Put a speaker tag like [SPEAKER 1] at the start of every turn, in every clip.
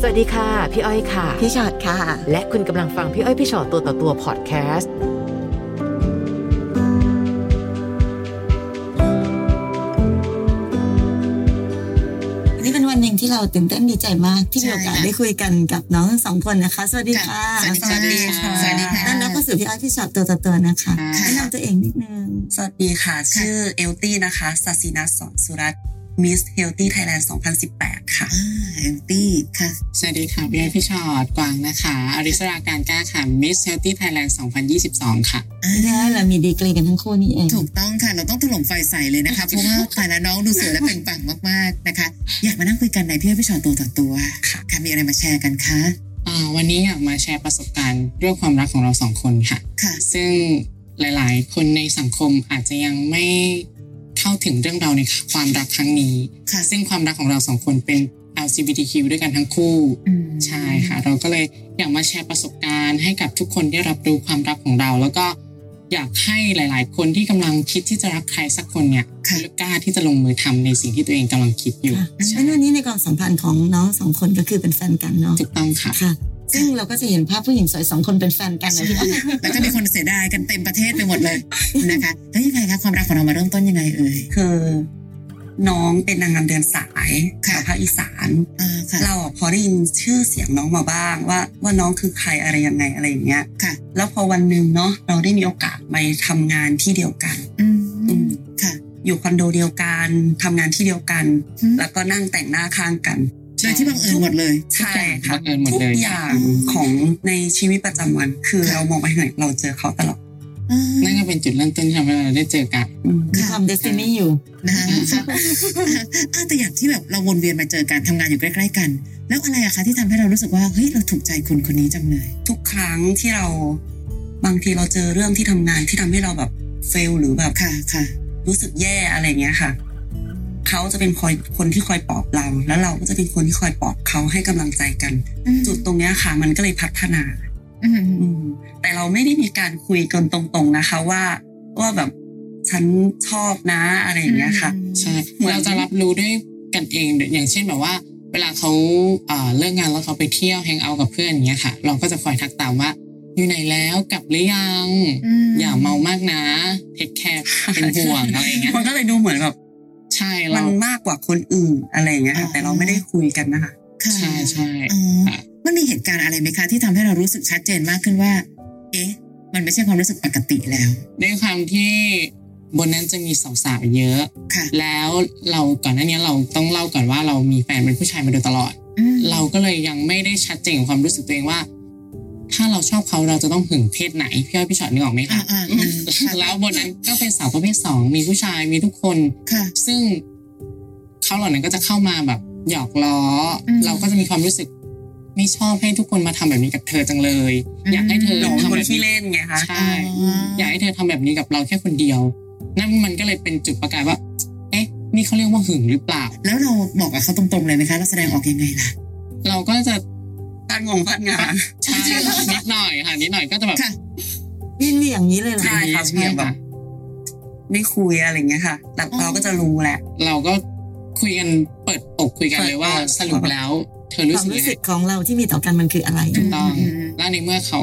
[SPEAKER 1] สวัสดีค่ะ พี่อ้อยค่ะ
[SPEAKER 2] พี่ชอดค่ะ
[SPEAKER 1] และคุณกำลังฟังพี่อ้อยพี่ชอตตัวต่อตัวพอดแคสต์
[SPEAKER 2] วันนี้เป็นวันหนึ่งที่เราตื่นเต้นดีใจมากที่มีโอกาส
[SPEAKER 3] ใช่ค่ะ
[SPEAKER 2] ได้คุยกันกับน้องทั้งสองคนนะคะ สวัสดีค่ะ
[SPEAKER 3] สวัสดีค่ะสวัสดีค่ะ
[SPEAKER 2] ต้อนรับเข้าสู่พี่อ้อยพี่ชอตตัวต่อตัวนะคะ
[SPEAKER 3] ค่ะ
[SPEAKER 2] แนะนำตัวเองนิดนึง
[SPEAKER 4] สวัสดีค่ะ ชื่อเอลตี้นะคะศาสินาสอนสุรัตน์มิสเฮลตี้ไทยแลนด์ 2018 ค่ะ
[SPEAKER 3] อ่าแอนตี้ค่ะ
[SPEAKER 5] สวัสดีค่ะพี่ไอพี่ชอดกวางนะคะอริสราการกล้าค่ะ Miss Healthy Thailand 2022 ค่ะ
[SPEAKER 2] ไม่ได้เรามีดีกรีกันทั้งคู่นี่เอง
[SPEAKER 3] ถูกต้องค่ะ เราต้องถล่มไฟใส่เลยนะคะ เพราะว่าแต่ละน้องดูสวยและเป็นปังมากๆนะคะ อยากมานั่งคุยกันในพี่อ้อยพี่ชอตตัวต่อตัวค่ะค่ะมีอะไรมาแชร์กันคะ
[SPEAKER 5] อ่าวันนี้อยากมาแชร์ประสบการณ์เรื่องความรักของเราสองคนค่ะ
[SPEAKER 3] ค่ะ
[SPEAKER 5] ซึ่งหลายๆ คนในสังคมอาจจะยังไม่เข้าถึงเรื่องเราวในความรักครั้งนี้
[SPEAKER 3] ค่ะ
[SPEAKER 5] ซึ่งความรักของเราสองคนเป็น LGBTQ ด้วยกันทั้งคู่
[SPEAKER 3] อืม
[SPEAKER 5] ใช่ค่ะ เราก็เลยอยากมาแชร์ประสบการณ์ให้กับทุกคนได้รับรู้ความรักของเรา แล้วก็อยากให้หลาย ๆ คนที่กำลังคิดที่จะรักใครสักคนเนี่ย
[SPEAKER 3] ค่ะ
[SPEAKER 5] กล้าที่จะลงมือทำในสิ่งที่ตัวเองกำลังคิดอยู่
[SPEAKER 2] ค่ะ
[SPEAKER 5] ใช่
[SPEAKER 2] งั้นวันนี้ในความสัมพันธ์ของน้องสองคนก็คือเป็นแฟนกันเนาะ
[SPEAKER 5] ถูกต้องค่ะ
[SPEAKER 2] ค่ะ ซึ่งเราก็จะเห็นภาพผู้หญิงสวยสองคนเป็นแฟนกันนะพี่อ้อย
[SPEAKER 3] แล้วก็มีคนเสียดายกันเต็มประเทศไปหมดเลยนะคะ แล้วยังไงคะความรักของเรามาเริ่มต้นยังไงเอ่ย
[SPEAKER 4] คือน้องเป็นนางงามเดินสาย
[SPEAKER 3] ค่ะ
[SPEAKER 4] แถวภาคอีสาน
[SPEAKER 3] อ่าค่ะ
[SPEAKER 4] เราอะพอได้ยินชื่อเสียงน้องมาบ้างว่าว่าน้องคือใครอะไรยังไงอะไรอย่างเงี้ย
[SPEAKER 3] ค่ะ
[SPEAKER 4] แล้วพอวันหนึ่งเนาะเราได้มีโอกาสไปทำงานที่เดียวกัน
[SPEAKER 3] อืมค่ะ
[SPEAKER 4] อยู่คอนโดเดียวกันทำงานที่เดียวกัน
[SPEAKER 3] อืม
[SPEAKER 4] แล้วก็นั่งแต่งหน้าข้างกัน
[SPEAKER 3] โดยที่บังเอิญหมดเลย
[SPEAKER 4] ใช่ค่ะ
[SPEAKER 5] บังเอิญหมด
[SPEAKER 4] ทุก
[SPEAKER 5] เลย
[SPEAKER 4] อย่างของในชีวิตประจำวัน คือ
[SPEAKER 3] ค่ะ
[SPEAKER 4] เรามองไปทางไหนเราเจอเขาตลอด
[SPEAKER 3] อ่า
[SPEAKER 5] นั่นก็เป็นจุดเริ่มต้นที่ทำให้เราได้เจอกัน
[SPEAKER 4] อืม
[SPEAKER 2] มี
[SPEAKER 3] ค่ะ
[SPEAKER 2] ความเดซินี่อยู่
[SPEAKER 3] นะคะอ่าแต่อย่างที่แบบเราวนเวียนมาเจอกันทำงานอยู่ใกล้ ๆ กัน แล้วอะไรอะคะที่ทำให้เรารู้สึกว่าเฮ้ยเราถูกใจคนคนนี้จังเลย
[SPEAKER 4] ทุกครั้งที่เราบางทีเราเจอเรื่องที่ทำงานที่ทำให้เราแบบเฟลหรือแบบ
[SPEAKER 3] ค่ะค่ะ
[SPEAKER 4] รู้สึกแย่อะไรเงี้ยค่ะ เขาจะเป็นคอยคนที่คอยปลอบเรา แล้วเราก็จะเป็นคนที่คอยปลอบเขาให้กำลังใจกัน จุดตรงเนี้ยค่ะ มันก็เลยพัฒนา
[SPEAKER 3] อืม
[SPEAKER 4] อืม แต่เราไม่ได้มีการคุยกันตรงๆนะคะ ว่าว่าแบบฉันชอบนะอะไรอย่างเงี้ยค่ะ
[SPEAKER 5] ใช่เราจะรับรู้ด้วยกันเองอย่างเช่นแบบว่า เวลาเขาเอ่อเลิกงานแล้วเขาไปเที่ยวแฮงเอาท์กับเพื่อนอย่างเงี้ยค่ะ เราก็จะคอยทักตามว่า อยู่ไหนแล้วกลับหรือยัง
[SPEAKER 3] ม
[SPEAKER 5] อย่าเมามากนะเทคแคร์เป็นห่วงอะไร อย่างเงี้ย
[SPEAKER 4] มันก็เลยดูเหมือนแบบ
[SPEAKER 5] ใช่
[SPEAKER 4] มั
[SPEAKER 5] เรา
[SPEAKER 4] นมากกว่าคนอื่นอะไรอย่างเงี้ยค่ะ แต่เราไม่ได้คุยกันนะคะ
[SPEAKER 3] ค่ะ
[SPEAKER 5] ใช่ใช่
[SPEAKER 3] อ๋อ
[SPEAKER 5] ค่ะ
[SPEAKER 3] มันมีเหตุการณ์อะไรไหมคะ ที่ทำให้เรารู้สึกชัดเจนมากขึ้นว่า เอ๊ะ มันไม่ใช่ความรู้สึกปกติแล้ว
[SPEAKER 5] ด้วยความที่บนนั้นจะมีสาวๆเยอะ
[SPEAKER 3] ค่ะ
[SPEAKER 5] แล้วเราก่อนหน้านี้เราต้องเล่าก่อนว่าเรามีแฟนเป็นผู้ชายมาโดยตลอด
[SPEAKER 3] อืม
[SPEAKER 5] เราก็เลยยังไม่ได้ชัดเจนกับความรู้สึกตัวเองว่า ถ้าเราชอบเขาเราจะต้องหึงเพศไหนพี่อ้อยพี่ชอตนึกออกไหม
[SPEAKER 3] อ่า
[SPEAKER 5] คะ
[SPEAKER 3] อ่าอ่าค่ะ
[SPEAKER 5] แล้วบนนั้นก็เป็นสาวประเภทสองมีผู้ชายมีทุกคน
[SPEAKER 3] ค่ะ
[SPEAKER 5] ซึ่งเขาเหล่านั้นก็จะเข้ามาแบบหยอกล้ออ
[SPEAKER 3] ม
[SPEAKER 5] เราก็จะมีความรู้สึก ไม่ชอบให้ทุกคนมาทำแบบนี้กับเธอจังเลย
[SPEAKER 3] อืม
[SPEAKER 5] อยากให้เธอ
[SPEAKER 4] หนูเป็น
[SPEAKER 5] ทำ
[SPEAKER 4] คน
[SPEAKER 5] แบบ
[SPEAKER 4] ที่
[SPEAKER 5] นี้
[SPEAKER 4] เล่นไงคะ
[SPEAKER 5] ใช่อยากให้เธอทำแบบนี้กับเราแค่คนเดียว นั่นมันก็เลยเป็นจุดประกายว่า เอ๊ะ นี่เขาเรียกว่าหึงหรือเปล่า
[SPEAKER 3] แล้วเราบอกกับเขาตรงๆเลยไหมคะ เราแสดงออกยังไงล่ะ
[SPEAKER 5] เราก็จะ
[SPEAKER 4] ตั้งงงพัดงาน
[SPEAKER 5] ใช่นิดหน่อยค่ะนิดหน่อยก็จะแบบ
[SPEAKER 3] ค่ะ
[SPEAKER 2] ยินมีอย่างนี้เลยเหรอ
[SPEAKER 4] ใช่ค่ะเพียงแบบไม่คุยอะไรอย่างเงี้ยค่ะแต่
[SPEAKER 3] อ๋อ
[SPEAKER 4] เราก็จะรู้แหละ
[SPEAKER 5] เราก็คุยกันเปิดอกคุยกันเลยว่า
[SPEAKER 4] เปิดอก
[SPEAKER 5] สรุปแล้ว เธอรู้
[SPEAKER 2] ความ
[SPEAKER 5] สึก
[SPEAKER 2] รู้
[SPEAKER 5] ยัง
[SPEAKER 2] สึ
[SPEAKER 5] ไง
[SPEAKER 2] กของเราที่มีต่อกันมันคืออะไร
[SPEAKER 5] ถูกต้อง
[SPEAKER 3] อืม
[SPEAKER 5] แล้วในเมื่อเขา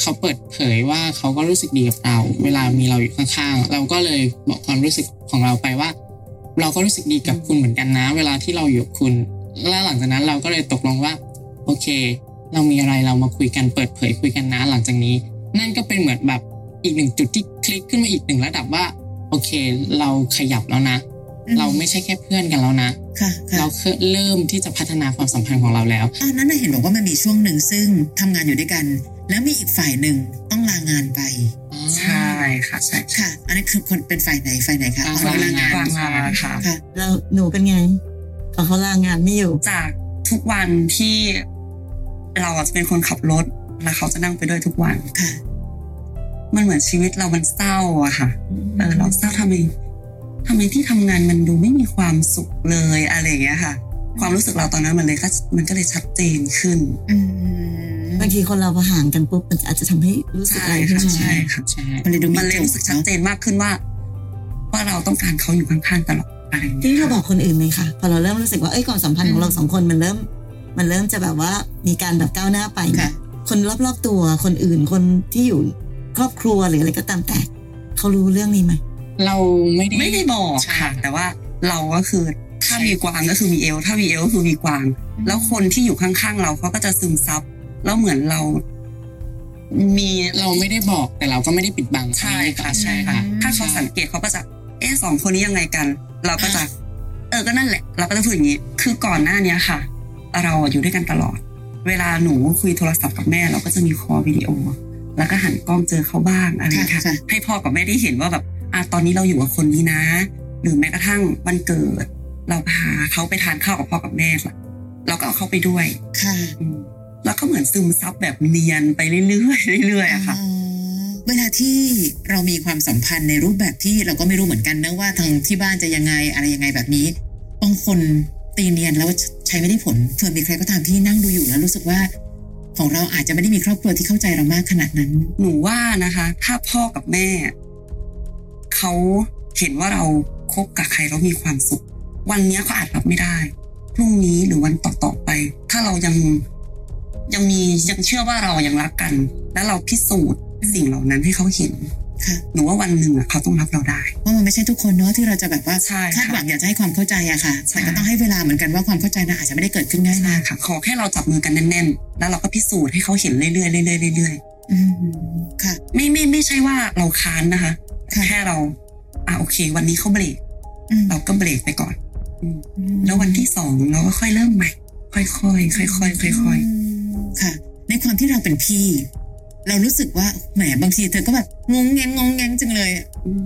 [SPEAKER 5] เขาเปิดเผยว่าเขาก็รู้สึกดีกับเรา เวลามีเราอยู่ข้างๆ เราก็เลยบอกความรู้สึกของเราไปว่า เราก็รู้สึกดีกับคุณเหมือนกันนะ เวลาที่เราอยู่กับคุณ แล้วหลังจากนั้นเราก็เลยตกลงว่า โอเค เรามีอะไรเรามาคุยกันเปิดเผยคุยกันนะหลังจากนี้ นั่นก็เป็นเหมือนแบบอีกหนึ่งจุดที่คลิกขึ้นมาอีกหนึ่งระดับว่า โอเค เราขยับแล้วนะ เราไม่ใช่แค่เพื่อนกันแล้วนะ
[SPEAKER 3] ค่ะค่ะ
[SPEAKER 5] เราเริ่มที่จะพัฒนาความสัมพันธ์ของเราแล้ว
[SPEAKER 3] ตอนนั้นน่ะเห็นบอกว่ามันมีช่วงหนึ่งซึ่งทำงานอยู่ด้วยกัน แล้วมีอีกฝ่ายหนึ่งต้องลางานไป
[SPEAKER 4] ใช่ค่ะใช่
[SPEAKER 3] ค่ะ อันนั้นคือคนเป็นฝ่ายไหนฝ่ายไหนคะ
[SPEAKER 5] อ่า
[SPEAKER 3] อ๋อลางาน
[SPEAKER 4] วางลาค่ะ
[SPEAKER 3] ค่ะ
[SPEAKER 2] เราหนูเป็นไงพอเขาลางานไม่อยู่
[SPEAKER 4] จากทุกวันที่เราอาจจะเป็นคนขับรถ แล้วเขาจะนั่งไปด้วยทุกวัน
[SPEAKER 3] ค่ะ
[SPEAKER 4] มันเหมือนชีวิตเรามันเศร้าอะค่ะ เออเราเศร้าทำไมทำไมที่ทำงานมันดูไม่มีความสุขเลยอะไรอย่างเงี้ยค่ะ ความรู้สึกเราตอนนั้นมันเลยก็มันก็เลยชัดเจนขึ้น
[SPEAKER 3] อืม
[SPEAKER 2] บางทีคนเราพอห่างกันปุ๊บมันอาจจะทำให้รู้สึกอะไรขึ้นมา
[SPEAKER 4] ใช่ ค่ะ
[SPEAKER 5] ใช่
[SPEAKER 3] มันเลยดู
[SPEAKER 4] มันเลยรู้สึกชัดเจนมากขึ้นว่า ว่าเราต้องการเขาอยู่ข้างๆตลอดอะไรอย่าง
[SPEAKER 2] ที
[SPEAKER 4] เงี้ย
[SPEAKER 2] นี้เราบอกคนอื่นไหมคะพอเราเริ่มรู้สึกว่าเอ้ยความสัมพันธ์ของเราสองคนมันเริ่ม มันเริ่มจะแบบว่ามีการแบบก้าวหน้าไปเนี่
[SPEAKER 3] ค่ะ
[SPEAKER 2] ยคนรอบๆตัวคนอื่นคนที่อยู่ครอบครัวหรืออะไรก็ตามแต่เขารู้เรื่องนี้ไหม
[SPEAKER 5] เราไม่ได้
[SPEAKER 4] ไม่ได้บอก
[SPEAKER 5] ใช่
[SPEAKER 4] ค่ะ แต่ว่าเราก็คือถ้ามีกวางก็คือมีเอล ถ้ามีเอลก็คือมีกวาง แล้วคนที่อยู่ข้างๆเราเขาก็จะซึมซับแล้วเหมือนเรา มี
[SPEAKER 5] เราไม่ได้บอกแต่เราก็ไม่ได้ปิดบัง
[SPEAKER 4] ใช่ค่ะ
[SPEAKER 5] ใช่
[SPEAKER 4] ใช่
[SPEAKER 5] ค่ะ
[SPEAKER 4] ค่ะ ถ้าเขาสังเกตเขาก็จะ เอ๊ะสองคนนี้ยังไงกัน เราก็จะ เออก็นั่นแหละ เราก็จะพูดอย่างนี้ คือก่อนหน้าเนี้ยค่ะ เราอะอยู่ด้วยกันตลอด เวลาหนูคุยโทรศัพท์กับแม่ เราก็จะมีคอวิดีโอ แล้วก็หันกล้องเจอเขาบ้างอะไรอย่างเงี้ยค่ะ
[SPEAKER 3] ค่ะ
[SPEAKER 4] ให้พ่อกับแม่ได้เห็นว่าแบบอ่ะตอนนี้เราอยู่กับคนนี้นะ หรือแม้กระทั่งวันเกิด เราพาเขาไปทานข้าวกับพ่อกับแม่ค่ะเราก็เอาเขาไปด้วย
[SPEAKER 3] ค่ะ
[SPEAKER 4] อืมแล้วก็เหมือนซึมซับแบบเนียนไปเรื่อยๆเรื่อยๆอะค่ะ
[SPEAKER 3] อ๋อเวลาที่เรามีความสัมพันธ์ในรูปแบบที่เราก็ไม่รู้เหมือนกันนะว่าทางที่บ้านจะยังไงอะไรยังไงแบบนี้บางคนตีเนียนแล้วใช้ไม่ได้ผลเผื่อมีใครก็ตามที่นั่งดูอยู่แล้วรู้สึกว่า ของเราอาจจะไม่ได้มีครอบครัวที่เข้าใจเรามากขนาดนั้น
[SPEAKER 4] หนูว่านะคะ ถ้าพ่อกับแม่ เขาเห็นว่าเราคบกับใครแล้วมีความสุข วันเนี้ยเขาอาจรับไม่ได้พรุ่งนี้หรือวันต่อๆไป ถ้าเรายังยังมียังเชื่อว่าเรายังรักกัน แล้วเราพิสูจน์สิ่งเหล่านั้นให้เขาเห็น
[SPEAKER 3] ค่ะ
[SPEAKER 4] หนูว่าวันหนึ่งอะเขาต้องรับเราได้
[SPEAKER 3] เพราะมันไม่ใช่ทุกคนเนาะที่เราจะแบบว่า
[SPEAKER 4] ใช่ค่ะ
[SPEAKER 3] คาดหวังอยากจะให้ความเข้าใจอะค่ะ
[SPEAKER 4] ใช่
[SPEAKER 3] แต่ก็ต้องให้เวลาเหมือนกันว่าความเข้าใจนะอาจจะไม่ได้เกิดขึ้นง่าย
[SPEAKER 4] ใช่
[SPEAKER 3] นะ
[SPEAKER 4] ค่ะ ขอแค่เราจับมือกันแน่นๆแล้วเราก็พิสูจน์ให้เขาเห็นเรื่อยๆเรื่อยๆเรื่อยๆ
[SPEAKER 3] อืมค่ะ
[SPEAKER 4] ไม่ไม่ไม่ใช่ว่าเราค้านนะคะ
[SPEAKER 3] ค่ะ
[SPEAKER 4] แค่เรา อ่ะโอเค วันนี้เขาเบรก
[SPEAKER 3] อืม
[SPEAKER 4] เราก็เบรกไปก่อน แล้ววันที่สองเราก็ค่อยเริ่มใหม่ ค่อยๆค่อยๆค่อยๆ
[SPEAKER 3] ค่ะ ในความที่เราเป็นพี่ เรารู้สึกว่าแหมบางทีเธอก็แบบงงแงงงงแงงจังเลย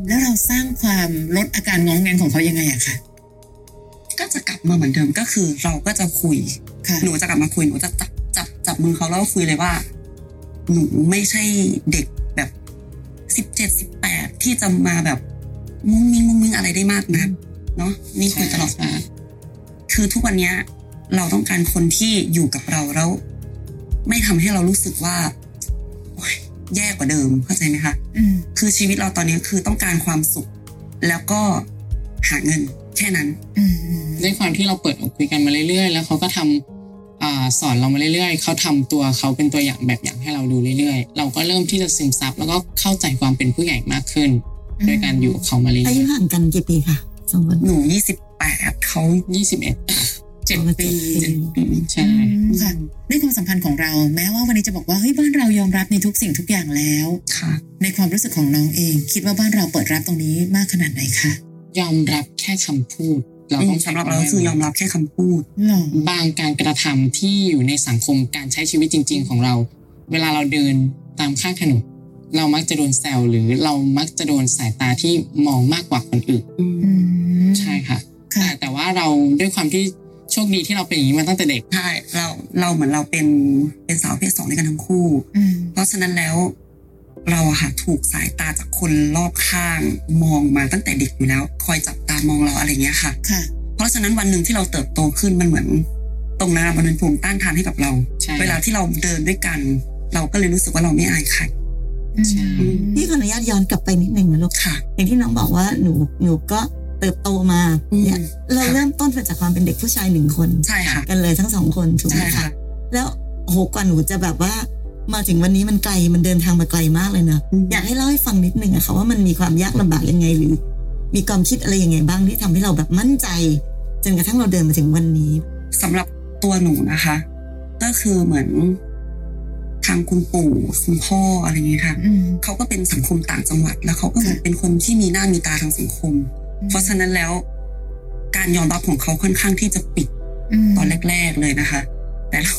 [SPEAKER 3] แล้วเราสร้างความลดอาการงองแงงของเขายังไงอะคะ
[SPEAKER 4] ก็จะกลับมาเหมือนเดิมก็คือ เราก็จะคุย
[SPEAKER 3] ค่ะ
[SPEAKER 4] หนูจะกลับมาคุยหนูจะจับจับจับมือเขาแล้วก็คุยเลยว่า หนูไม่ใช่เด็กแบบสิบเจ็ดสิบแปดที่จะมาแบบมุ้งมิ้งมุ้งมิ้งอะไรได้มากนะเนาะนี่คุยตลอด
[SPEAKER 5] ค่ะ
[SPEAKER 4] คือทุกวันเนี้ยเราต้องการคนที่อยู่กับเราแล้ว ไม่ทำให้เรารู้สึกว่าโอ๊ยแย่กว่าเดิมเข้าใจไหมคะ
[SPEAKER 3] อืม
[SPEAKER 4] คือชีวิตเราตอนเนี้ยคือต้องการความสุข แล้วก็หาเงิน แค่นั้น
[SPEAKER 3] อืม
[SPEAKER 5] ด้วยความที่เราเปิดอกคุยกันมาเรื่อยๆ แล้วเขาก็ทำอาสอนเรามาเรื่อยๆ เขาทำตัวเขาเป็นตัวอย่างแบบอย่างให้เราดูเรื่อยๆ เราก็เริ่มที่จะซึมซับแล้วก็เข้าใจความเป็นผู้ใหญ่มากขึ้น โดยการอยู่กับเขามาเรื่อ
[SPEAKER 2] อายยุห่างกันกี่ปีคะสองคน
[SPEAKER 4] หนูยี่สิบแปดเขา
[SPEAKER 5] ๆยี่สิบเอ็ดเจ็ดปี
[SPEAKER 2] เจ็ดปี
[SPEAKER 4] อืม
[SPEAKER 5] ใช่
[SPEAKER 3] ค่ะในความสัมพันธ์ของเรา แม้ว่าวันนี้จะบอกว่าเฮ้ยบ้านเรายอมรับในทุกสิ่งทุกอย่างแล้ว
[SPEAKER 4] ค่ะ
[SPEAKER 3] ในความรู้สึกของน้องเอง คิดว่าบ้านเราเปิดรับตรงนี้มากขนาดไหนคะ
[SPEAKER 5] ยอมรับแค่คำพูด เราต้อง
[SPEAKER 4] สำหรับเราก็คือยอมรับแค่คำพูด
[SPEAKER 3] หรอบ
[SPEAKER 5] างการกระทำที่อยู่ในสังคมการใช้ชีวิตจริง ๆ ของเรา เวลาเราเดินตามข้างถนนเรามักจะโดนแซวหรือเรามักจะโดนสายตาที่มองมากกว่าคนอื่น
[SPEAKER 3] อืม
[SPEAKER 5] ใช่ค่ะ
[SPEAKER 3] ค่ะ
[SPEAKER 5] แต่แต่ว่าเราด้วยความที่โชคดีที่เราเป็นอย่างนี้มาตั้งแต่เด็ก
[SPEAKER 4] ใช่เราเราเหมือนเราเป็นเป็นสาวประเพศสองด้วยกันทั้งคู่
[SPEAKER 3] อืม
[SPEAKER 4] เพราะฉะนั้นแล้ว เราอะค่ะถูกสายตาจากคนรอบข้างมองมาตั้งแต่เด็กอยู่แล้ว คอยจับตามองเราอะไรเงี้ยค่ะ
[SPEAKER 3] ค่ะ
[SPEAKER 4] เพราะฉะนั้นวันหนึ่งที่เราเติบโตขึ้นมันเหมือน ตรงหน้ามันเป็นภูมิต้านทานให้กับเรา
[SPEAKER 5] ใช่
[SPEAKER 4] เวลาที่เราเดินด้วยกัน เราก็เลยรู้สึกว่าเราไม่อายใคร
[SPEAKER 5] ใช่
[SPEAKER 2] พี่ขออนุญาตย้อนกลับไปนิดนึงนะลูก
[SPEAKER 4] ค่ะ
[SPEAKER 2] อย่างที่น้องบอกว่าหนูหนูก็เติบโตมาเนี่ย
[SPEAKER 4] อืม
[SPEAKER 2] เรา
[SPEAKER 4] ค่ะ
[SPEAKER 2] เริ่มต้นมาจากความเป็นเด็กผู้ชายหนึ่งคน
[SPEAKER 4] ใช่ค่ะ
[SPEAKER 2] กันเลยทั้งสองคนถูกไหม
[SPEAKER 4] ใช่ค่ะ
[SPEAKER 2] คะแล้วโอ้โหกว่าหนูจะแบบว่า มาถึงวันนี้มันไกลมันเดินทางมาไกลมากเลยเนอะ
[SPEAKER 4] อืม
[SPEAKER 2] อยากให้เล่าให้ฟังนิดนึงอะค่ะว่ามันมีความยากลำบากยังไงหรือ มีความคิดอะไรยังไงบ้างที่ทำให้เราแบบมั่นใจจนกระทั่งเราเดินมาถึงวันนี้
[SPEAKER 4] สำหรับตัวหนูนะคะ ก็คือเหมือนทางคุณปู่คุณพ่ออะไรอย่างเงี้ยค่ะ
[SPEAKER 3] อืม
[SPEAKER 4] เขาก็เป็นสังคมต่างจังหวัด แล้วเขาก็เหมือน
[SPEAKER 3] ค่ะ
[SPEAKER 4] เป็นคนที่มีหน้ามีตาทางสังคม เพราะฉะนั้นแล้ว การยอมรับของเขาค่อนข้างที่จะปิด
[SPEAKER 3] ม
[SPEAKER 4] ตอนแรก ๆ เลยนะคะ แต่เรา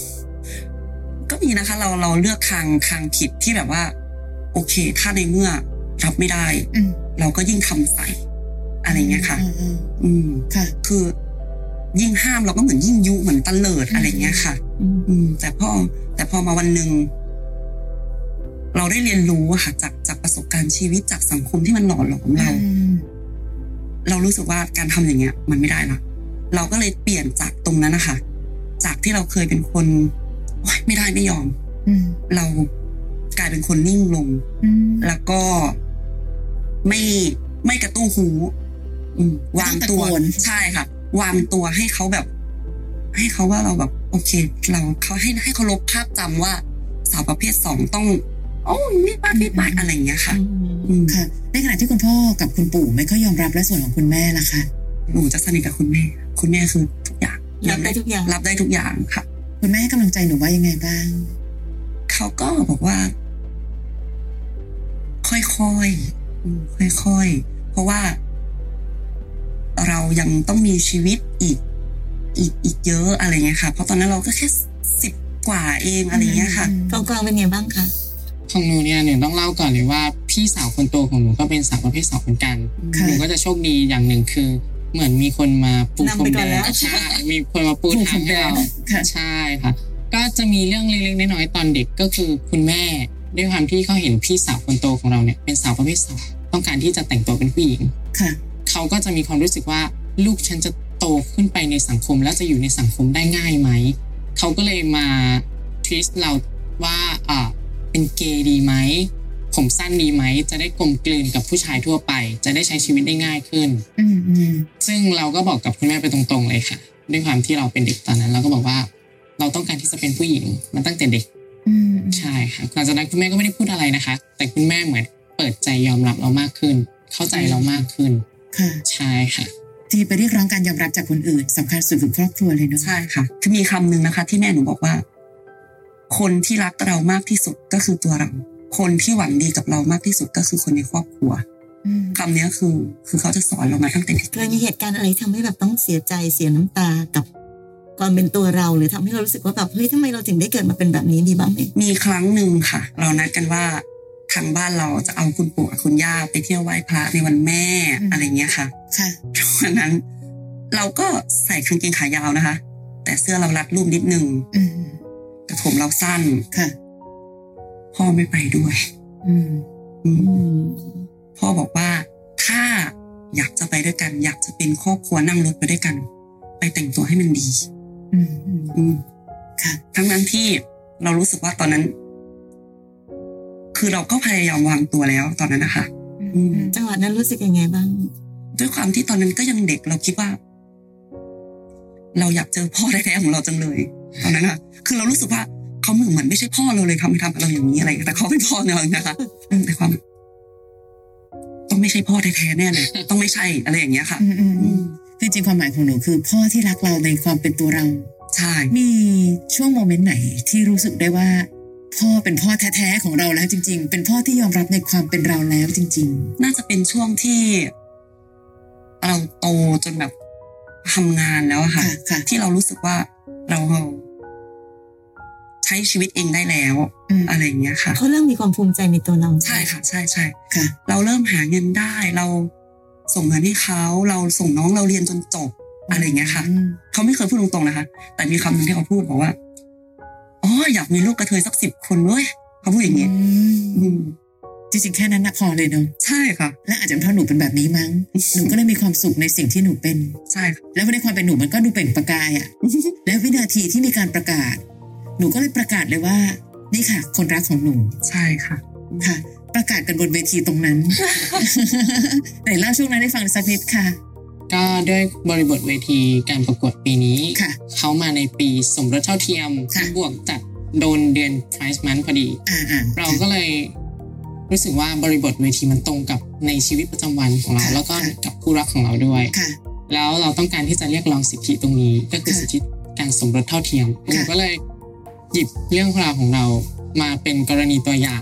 [SPEAKER 4] ก็มีนะคะ เราเราเลือกทางทางผิดที่แบบว่า โอเค ถ้าในเมื่อรับไม่ได้
[SPEAKER 3] อืม
[SPEAKER 4] เราก็ยิ่งทำใส่ อะไรเงี้ยค่ะ
[SPEAKER 3] อืมอืม
[SPEAKER 4] อืม
[SPEAKER 3] ค่ะ
[SPEAKER 4] คือยิ่งห้ามเราก็เหมือนยิ่งยุเหมือนตะเลิด
[SPEAKER 3] อืม
[SPEAKER 4] อะไรเงี้ยค่ะ
[SPEAKER 2] อืม
[SPEAKER 4] อืม แต่พอแต่พอมาวันหนึ่งเราได้เรียนรู้อะค่ะจากจากประสบการณ์ชีวิตจากสังคมที่มันหล่อหลอมเรา
[SPEAKER 3] อืม
[SPEAKER 4] เรารู้สึกว่าการทำอย่างเงี้ย มันไม่ได้ละเราก็เลยเปลี่ยนจากตรงนั้นนะคะ จากที่เราเคยเป็นคนโอ๊ยไม่ได้ไม่ยอม
[SPEAKER 3] อืม
[SPEAKER 4] เรากลายเป็นคนนิ่งลง
[SPEAKER 3] อืม
[SPEAKER 4] แล้วก็ไม่ไม่กระตู้หูอืมวางตัว
[SPEAKER 3] ไม่ต้องตะโกน
[SPEAKER 4] ใช่ค่ะ วางตัวให้เขาแบบ ให้เขาว่าเราแบบโอเค เราเขาให้ให้เขาลบภาพจำว่า สาวประเภทสองต้องโอ้ยนี่ป้านี่ป้าอะไรอย่างเงี้ยค่ะอืม
[SPEAKER 3] ค่ะ ในขณะที่คุณพ่อกับคุณปู่ไม่ค่อยยอมรับและส่วนของคุณแม่ล่ะคะ
[SPEAKER 4] หนูจะสนิทกับคุณแม่ คุณแม่คือทุกอย่าง
[SPEAKER 2] รับได้ทุกอย่าง
[SPEAKER 4] รับได้ทุกอย่างค่ะ
[SPEAKER 3] คุณแม่ให้กำลังใจหนูว่ายังไงบ้าง
[SPEAKER 4] เขาก็บอกว่า ค่อยๆอืมค่อยๆ เพราะว่า เรายังต้องมีชีวิตอีก อีกอีกเยอะอะไรเงี้ยค่ะ เพราะตอนนั้นเราก็แค่สิบกว่าเองอะไรเงี้ยค่ะ
[SPEAKER 2] กองกลางเป็นไงบ้างคะ
[SPEAKER 5] ของหนูเนี่ยหนูต้องเล่าก่อนเลยว่าพี่สาวคนโตของหนูก็เป็นสาวประเภทสองเหมือนกัน
[SPEAKER 3] ค่ะ
[SPEAKER 5] หนูก็จะโชคดีอย่างหนึ่งคือ เหมือนมีคนมาปูพรมแดงใช่มีคนมาปูทางให้เรา
[SPEAKER 3] ค่ะ
[SPEAKER 5] ใช่ค่ะ ก็จะมีเรื่องเล็กๆน้อยๆตอนเด็กก็คือคุณแม่ด้วยความที่เขาเห็นพี่สาวคนโตของเราเนี่ยเป็นสาวประเภทสองต้องการที่จะแต่งตัวเป็นผู้หญิง
[SPEAKER 3] ค่ะ
[SPEAKER 5] เขาก็จะมีความรู้สึกว่าลูกฉันจะโตขึ้นไปในสังคม แล้วจะอยู่ในสังคมได้ง่ายไหม เขาก็เลยมาทริสเราว่าอ่าเป็นเกย์ดีไหม ผมสั้นดีไหม จะได้กลมกลืนกับผู้ชายทั่วไป จะได้ใช้ชีวิตได้ง่ายขึ้น
[SPEAKER 3] อืมอืม
[SPEAKER 5] ซึ่งเราก็บอกกับคุณแม่ไปตรงๆเลยค่ะ ด้วยความที่เราเป็นเด็กตอนนั้น เราก็บอกว่าเราต้องการที่จะเป็นผู้หญิงมาตั้งแต่เด็ก
[SPEAKER 3] อืม
[SPEAKER 5] ใช่ค่ะหลังจากนั้นคุณแม่ก็ไม่ได้พูดอะไรนะคะ แต่คุณแม่เหมือนเปิดใจยอมรับเรามากขึ้น เข้าใจเรามากขึ้น
[SPEAKER 3] ค่ะ
[SPEAKER 5] ใช่ค่ะ
[SPEAKER 3] ที่ไปเรียกร้องการยอมรับจากคนอื่นสำคัญสุดคือครอบครัวเลยเนาะ
[SPEAKER 4] ใช่ค่ะคือมีคำหนึ่งนะคะ ที่แม่หนูบอกว่า คนที่รักเรามากที่สุดก็คือตัวเรา คนที่หวังดีกับเรามากที่สุดก็คือคนในครอบครัว
[SPEAKER 3] อืม
[SPEAKER 4] คำเนี้ยคือ คือเขาจะสอนเรามาตั้งแต่เด็ก
[SPEAKER 2] เคยมีเหตุการณ์อะไรทำให้แบบต้องเสียใจเสียน้ำตากับความเป็นตัวเราหรือทำให้เรารู้สึกว่าแบบเฮ้ยทำไมเราถึงได้เกิดมาเป็นแบบนี้มีบ้างไหม
[SPEAKER 4] มีครั้งหนึ่งค่ะ เรานัดกันว่าทางบ้านเราจะเอาคุณปู่กับคุณย่าไปเที่ยวไหว้พระในวันแม่อะไรเงี้ยค่ะ
[SPEAKER 3] ค่ะ
[SPEAKER 4] วันนั้น เราก็ใส่กางเกงขายาวนะคะ แต่เสื้อเรารัดรูปนิดนึง
[SPEAKER 3] อืม
[SPEAKER 4] แต่ผมเราสั้น
[SPEAKER 3] ค่ะ
[SPEAKER 4] พ่อไม่ไปด้วย
[SPEAKER 3] อืม
[SPEAKER 4] อืม
[SPEAKER 2] อืม
[SPEAKER 4] พ่อบอกว่าถ้าอยากจะไปด้วยกัน อยากจะเป็นครอบครัวนั่งรถไปด้วยกัน ไปแต่งตัวให้มันดี
[SPEAKER 3] อืมอืม
[SPEAKER 4] อืม
[SPEAKER 3] ค่ะ
[SPEAKER 4] ทั้งนั้นที่เรารู้สึกว่าตอนนั้น คือเราก็พยายามวางตัวแล้วตอนนั้นนะคะ
[SPEAKER 3] อืม
[SPEAKER 2] จังหวะนั้นรู้สึกยังไงบ้าง
[SPEAKER 4] ด้วยความที่ตอนนั้นก็ยังเด็กเราคิดว่า เราอยากเจอพ่อแท้ๆของเราจังเลยตอนนั้นอะคือเรารู้สึกว่าเขาเหมือนเหมือนไม่ใช่พ่อเราเลยทำไมทำกับเราอย่างนี้อะไรอย่างเงี้ยแต่เขาเป็นพ่อเรานะคะอืมแต่ความต้องไม่ใช่พ่อแท้ๆแน่เลยต้องไม่ใช่อะไรอย่างเงี้ยค่ะ
[SPEAKER 3] อืมอืม
[SPEAKER 4] อืม
[SPEAKER 3] คือจริงความหมายของหนูคือ พ่อที่รักเราในความเป็นตัวเรา
[SPEAKER 4] ใช่
[SPEAKER 3] มีช่วงโมเมนต์ไหนที่รู้สึกได้ว่า พ่อเป็นพ่อแท้ๆของเราแล้วจริง ๆ เป็นพ่อที่ยอมรับในความเป็นเราแล้วจริง
[SPEAKER 4] น่าจะเป็นช่วงที่ เราโตจนแบบทำงานแล้วอะ
[SPEAKER 3] ๆ
[SPEAKER 4] ค่ะ
[SPEAKER 3] ค่ะค่ะ
[SPEAKER 4] ที่เรารู้สึกว่าเราใช้ชีวิตเองได้แล้ว
[SPEAKER 3] อืม
[SPEAKER 4] อะไรอย่างเงี้ยค่ะ
[SPEAKER 2] เขาเริ่มมีความภูมิใจในตัวเรา
[SPEAKER 4] ใช่ค่ะ ใช่ใช่
[SPEAKER 3] ค่ะ
[SPEAKER 4] เราเริ่มหาเงินได้ เราส่งเงินให้เขา เราส่งน้องเราเรียนจนจบอะไรอย่างเงี้ยค่ะ
[SPEAKER 3] อืม
[SPEAKER 4] เขาไม่เคยพูดตรงๆนะคะ แต่มีคำหนึ่งที่เขาพูดบอกว่าอ๋ออยากมีลูกกระเทยสักสิบคนเว้ยเขาพูดอย่างเงี้ยอืม
[SPEAKER 3] จริงๆ แค่นั้นนะพอเลยเนาะ
[SPEAKER 4] ใช่ค่ะ
[SPEAKER 3] และอาจจะเป็นเพราะหนูเป็นแบบนี้มั้ง หนูก็เลยมีความสุขในสิ่งที่หนูเป็น
[SPEAKER 4] ใช่ค่ะ
[SPEAKER 3] แล้วในความเป็นหนูมันก็ดูเปล่งประกายอะ แล้ววินาทีที่มีการประกาศ หนูก็เลยประกาศเลยว่า นี่ค่ะ คนรักของหนู
[SPEAKER 4] ใช่ค่ะ
[SPEAKER 3] ค่ะ ประกาศกันบนเวทีตรงนั้น ไหนเล่าช่วงนั้นให้ฟังสักนิดค่ะ
[SPEAKER 5] ก็ด้วยบริบทเวทีการประกวดปีนี้
[SPEAKER 3] ค่ะ
[SPEAKER 5] เขามาในปีสมรสเท่าเทียม
[SPEAKER 3] ค่ะ
[SPEAKER 5] บวกจัดโดนเดือน Price Month พอดี
[SPEAKER 3] อ่าอ่า
[SPEAKER 5] เราก็เลยรู้สึกว่าบริบทเวทีมันตรงกับในชีวิตประจำวันของเรา
[SPEAKER 3] ค่ะ
[SPEAKER 5] แล้วก็
[SPEAKER 3] ค่ะ
[SPEAKER 5] กับคู่รักของเราด้วย
[SPEAKER 3] ค่ะ
[SPEAKER 5] แล้วเราต้องการที่จะเรียกร้องสิทธิตรงนี้ ก็คือ
[SPEAKER 3] ค่ะ
[SPEAKER 5] สิทธิการสมรสเท่าเทียม
[SPEAKER 3] ค่ะ
[SPEAKER 5] เราก็เลยหยิบเรื่องราวของเรามาเป็นกรณีตัวอย่าง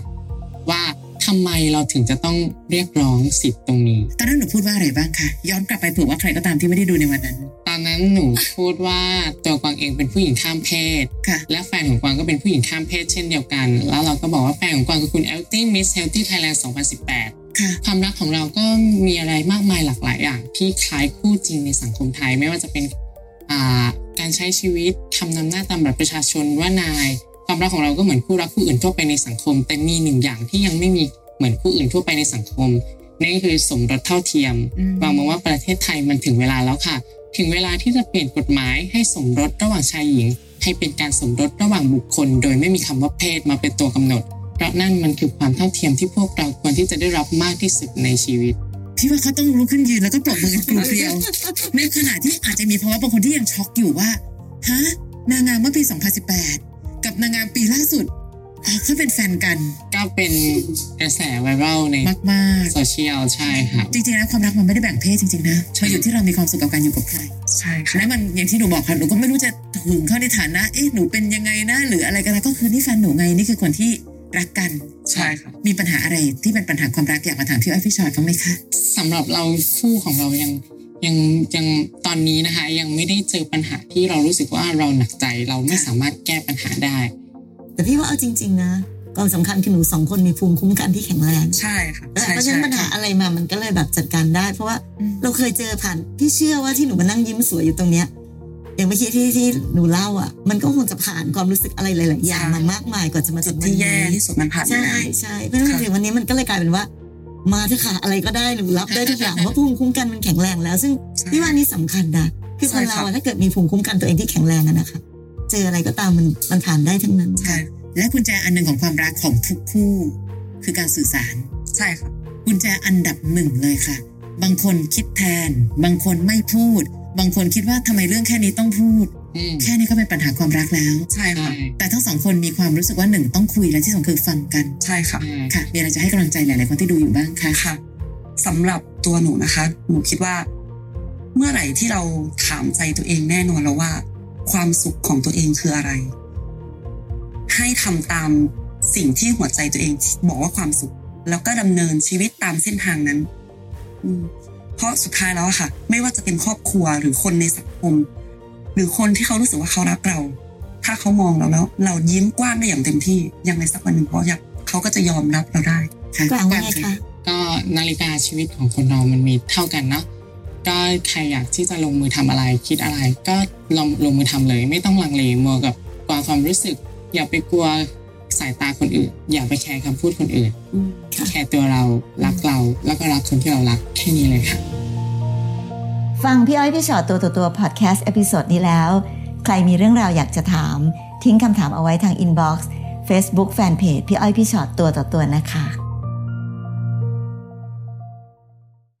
[SPEAKER 5] ว่าทำไมเราถึงจะต้องเรียกร้องสิทธิตรงนี้
[SPEAKER 3] ตอนนั้นหนูพูดว่าอะไรบ้างคะย้อนกลับไปเผื่อว่าใครก็ตามที่ไม่ได้ดูในวันนั้น
[SPEAKER 5] ตอนนั้นหนูพูดว่าตัวกวางเองเป็นผู้หญิงข้ามเพศ
[SPEAKER 3] ค่ะ
[SPEAKER 5] และแฟนของกวางก็เป็นผู้หญิงข้ามเพศเช่นเดียวกัน แล้วเราก็บอกว่าแฟนของกวางคือคุณ e l t i Miss Healthy Thailand 2018
[SPEAKER 3] ค่ะ
[SPEAKER 5] ความรักของเราก็มีอะไรมากมายหลากหลายอย่างที่คล้ายคู่จริงในสังคมไทย ไม่ว่าจะเป็นอ่าการใช้ชีวิตทำนำหน้าตามบัตรประชาชนว่านาย ความรักของเราก็เหมือนคู่รักคู่อื่นทั่วไปในสังคม แต่มีหนึ่งอย่างที่ยังไม่มีเหมือนคู่อื่นทั่วไปในสังคมนั่นก็คือสมรสเท่าเทียม
[SPEAKER 3] อืม
[SPEAKER 5] หวังมองว่าประเทศไทยมันถึงเวลาแล้วค่ะ ถึงเวลาที่จะเปลี่ยนกฎหมายให้สมรสระหว่างชายหญิง ให้เป็นการสมรสระหว่างบุคคล โดยไม่มีคำว่าเพศมาเป็นตัวกำหนด เพราะนั่นมันคือความเท่าเทียมที่พวกเราควรที่จะได้รับมากที่สุดในชีวิต
[SPEAKER 3] พี่ว่าเขา ต้องลุกขึ้นยืนแล้วก็ปรบมือกันกลุ่มเดียว ในขณะที่อาจจะมีภาวะบางคนที่ยังช็อกอยู่ว่า ฮะนางงามเมื่อปี 2018 กับนางงามปีล่าสุดอ๋อเขาเป็นแฟนกัน
[SPEAKER 5] ก็เป็นกระแสไวรัลใน
[SPEAKER 3] มาก
[SPEAKER 5] โซเชียลใช่ค่ะ
[SPEAKER 3] ๆจริงๆแล้วความรักมันไม่ได้แบ่งเพศจริงๆนะ
[SPEAKER 5] ใช่
[SPEAKER 3] มันอยู่ที่เรามีความสุขกับการอยู่กับใคร
[SPEAKER 4] ใช่ค่ะ
[SPEAKER 3] และมันอย่างที่หนูบอกค่ะหนูก็ไม่รู้จะถึงเข้าในฐานะเอ๊ะหนูเป็นยังไงนะหรืออะไรกันนะก็คือนี่แฟนหนูไงนี่คือคนที่รักกัน
[SPEAKER 4] ใช่ค่ะ
[SPEAKER 3] มีปัญหาอะไรที่เป็นปัญหาความรักอยากมาถามพี่อ้อยพี่ชอตบ้างไหมคะ
[SPEAKER 5] สำหรับเราคู่ของเรายังยังยังตอนนี้นะคะ ยังไม่ได้เจอปัญหาที่เรารู้สึกว่าเราหนักใจเราไม่
[SPEAKER 3] ค่ะ
[SPEAKER 5] สามารถแก้ปัญหาได้
[SPEAKER 2] แต่พี่ว่าเอาจริง ๆ นะความสำคัญคือหนูสองคนมีภูมิคุ้มกันที่แข็งแรง
[SPEAKER 4] ใช่ค่ะ
[SPEAKER 2] เออ
[SPEAKER 4] ใช่
[SPEAKER 2] เพราะฉะ
[SPEAKER 4] ใช่
[SPEAKER 2] นั้นปัญหาอะไรมามันก็เลยแบบจัดการได้ เพราะว่า
[SPEAKER 3] อืม
[SPEAKER 2] เราเคยเจอผ่านพี่เชื่อว่าที่หนูมานั่งยิ้มสวยอยู่ตรงเนี้ยอย่างเมื่อกี้ที่ที่หนูเล่าอ่ะ มันก็คงจะผ่านความรู้สึกอะไรหลายๆอย่างมามากมายกว่าจะมา
[SPEAKER 4] จุ
[SPEAKER 2] ถึ
[SPEAKER 4] ด
[SPEAKER 2] ง
[SPEAKER 4] ที่แย่
[SPEAKER 2] วันนี้
[SPEAKER 4] ที่สุดมันผ่านมา
[SPEAKER 2] ใช่
[SPEAKER 4] แล้ว
[SPEAKER 2] ใช่เพราะฉะนั้น
[SPEAKER 4] ค่ะ
[SPEAKER 2] ถึงวันนี้มันก็เลยกลายเป็นว่า มาเถอะค่ะอะไรก็ได้หนูรับได้ทุ กอย่างเพราะภูมิคุ้มกันมันแข็งแรงแล้ว ซึ่ง
[SPEAKER 4] ใช่
[SPEAKER 2] พี่ว่านี่สำคัญนะคือคน
[SPEAKER 4] ใช่
[SPEAKER 2] เรา
[SPEAKER 4] ค่ะ
[SPEAKER 2] อะถ้าเกิดมีภูมิคุ้มกันตัวเองที่แข็งแรงอะนะคะเจออะไรก็ตามมันมันผ่านได้ทั้งนั้น
[SPEAKER 4] ใช่
[SPEAKER 3] และกุญแจอันหนึ่งของความรักของทุกคู่ คือการสื่อสาร
[SPEAKER 4] ใช่ค่ะ
[SPEAKER 3] กุญแจอันดับหนึ่งเลยค่ะ บางคนคิดแทน บางคนไม่พูด บางคนคิดว่าทำไมเรื่องแค่นี้ต้องพูด
[SPEAKER 5] อืม
[SPEAKER 3] แค่นี้ก็เป็นปัญหาความรักแล้ว
[SPEAKER 4] ใช่
[SPEAKER 5] ใช่
[SPEAKER 4] ค่ะ
[SPEAKER 3] แต่ทั้งสองคนมีความรู้สึกว่าหนึ่งต้องคุยและที่สองคือฟังกัน
[SPEAKER 4] ใช่ค่ะ
[SPEAKER 5] ใช่
[SPEAKER 3] ค่ะ มีอะไรจะให้กำลังใจหลาย ๆ คนที่ดูอยู่บ้างคะ
[SPEAKER 4] ค่ะสำหรับตัวหนูนะคะ หนูคิดว่า เมื่อไหร่ที่เราถามใจตัวเองแน่นอนแล้วว่า ความสุขของตัวเองคืออะไร ให้ทำตามสิ่งที่หัวใจตัวเองบอกว่าความสุข แล้วก็ดำเนินชีวิตตามเส้นทางนั้น อืมเพราะสุดท้ายแล้วอะค่ะ ไม่ว่าจะเป็นครอบครัวหรือคนในสังคม หรือคนที่เขารู้สึกว่าเขารักเรา ถ้าเขามองเราแล้ว เรายิ้มกว้างได้อย่างเต็มที่ยังไงสักวันหนึ่งเขาอยากเขาก็จะยอมรับเราได้
[SPEAKER 3] ค่ะ
[SPEAKER 2] กลางว่าไง
[SPEAKER 3] ค่ะ
[SPEAKER 2] คะ
[SPEAKER 5] ก็นาฬิกาชีวิตของคนเรามันมีเท่ากันเนาะก็ใครอยากที่จะลงมือทำอะไรคิดอะไร ก็ลองลงมือทำเลย ไม่ต้องลังเลมัวกับกลัวความรู้สึก อย่าไปกลัวสายตาคนอื่น อย่าไปแคร์คำพูดคนอื่น
[SPEAKER 4] อืม
[SPEAKER 2] ค่ะ
[SPEAKER 5] แคร์ตัวเรารักเราแล้วก็รักคนที่เรารักแค่นี้เลยค่ะ
[SPEAKER 6] ฟังพี่อ้อยพี่ชอตตัวต่อตัวพอดแคสต์เอพิโซดนี้แล้ว ใครมีเรื่องราวอยากจะถาม ทิ้งคำถามเอาไว้ทางอินบ็อกซ์เฟซบุ๊กแฟนเพจพี่อ้อยพี่ชอตตัวต่อตัวนะคะ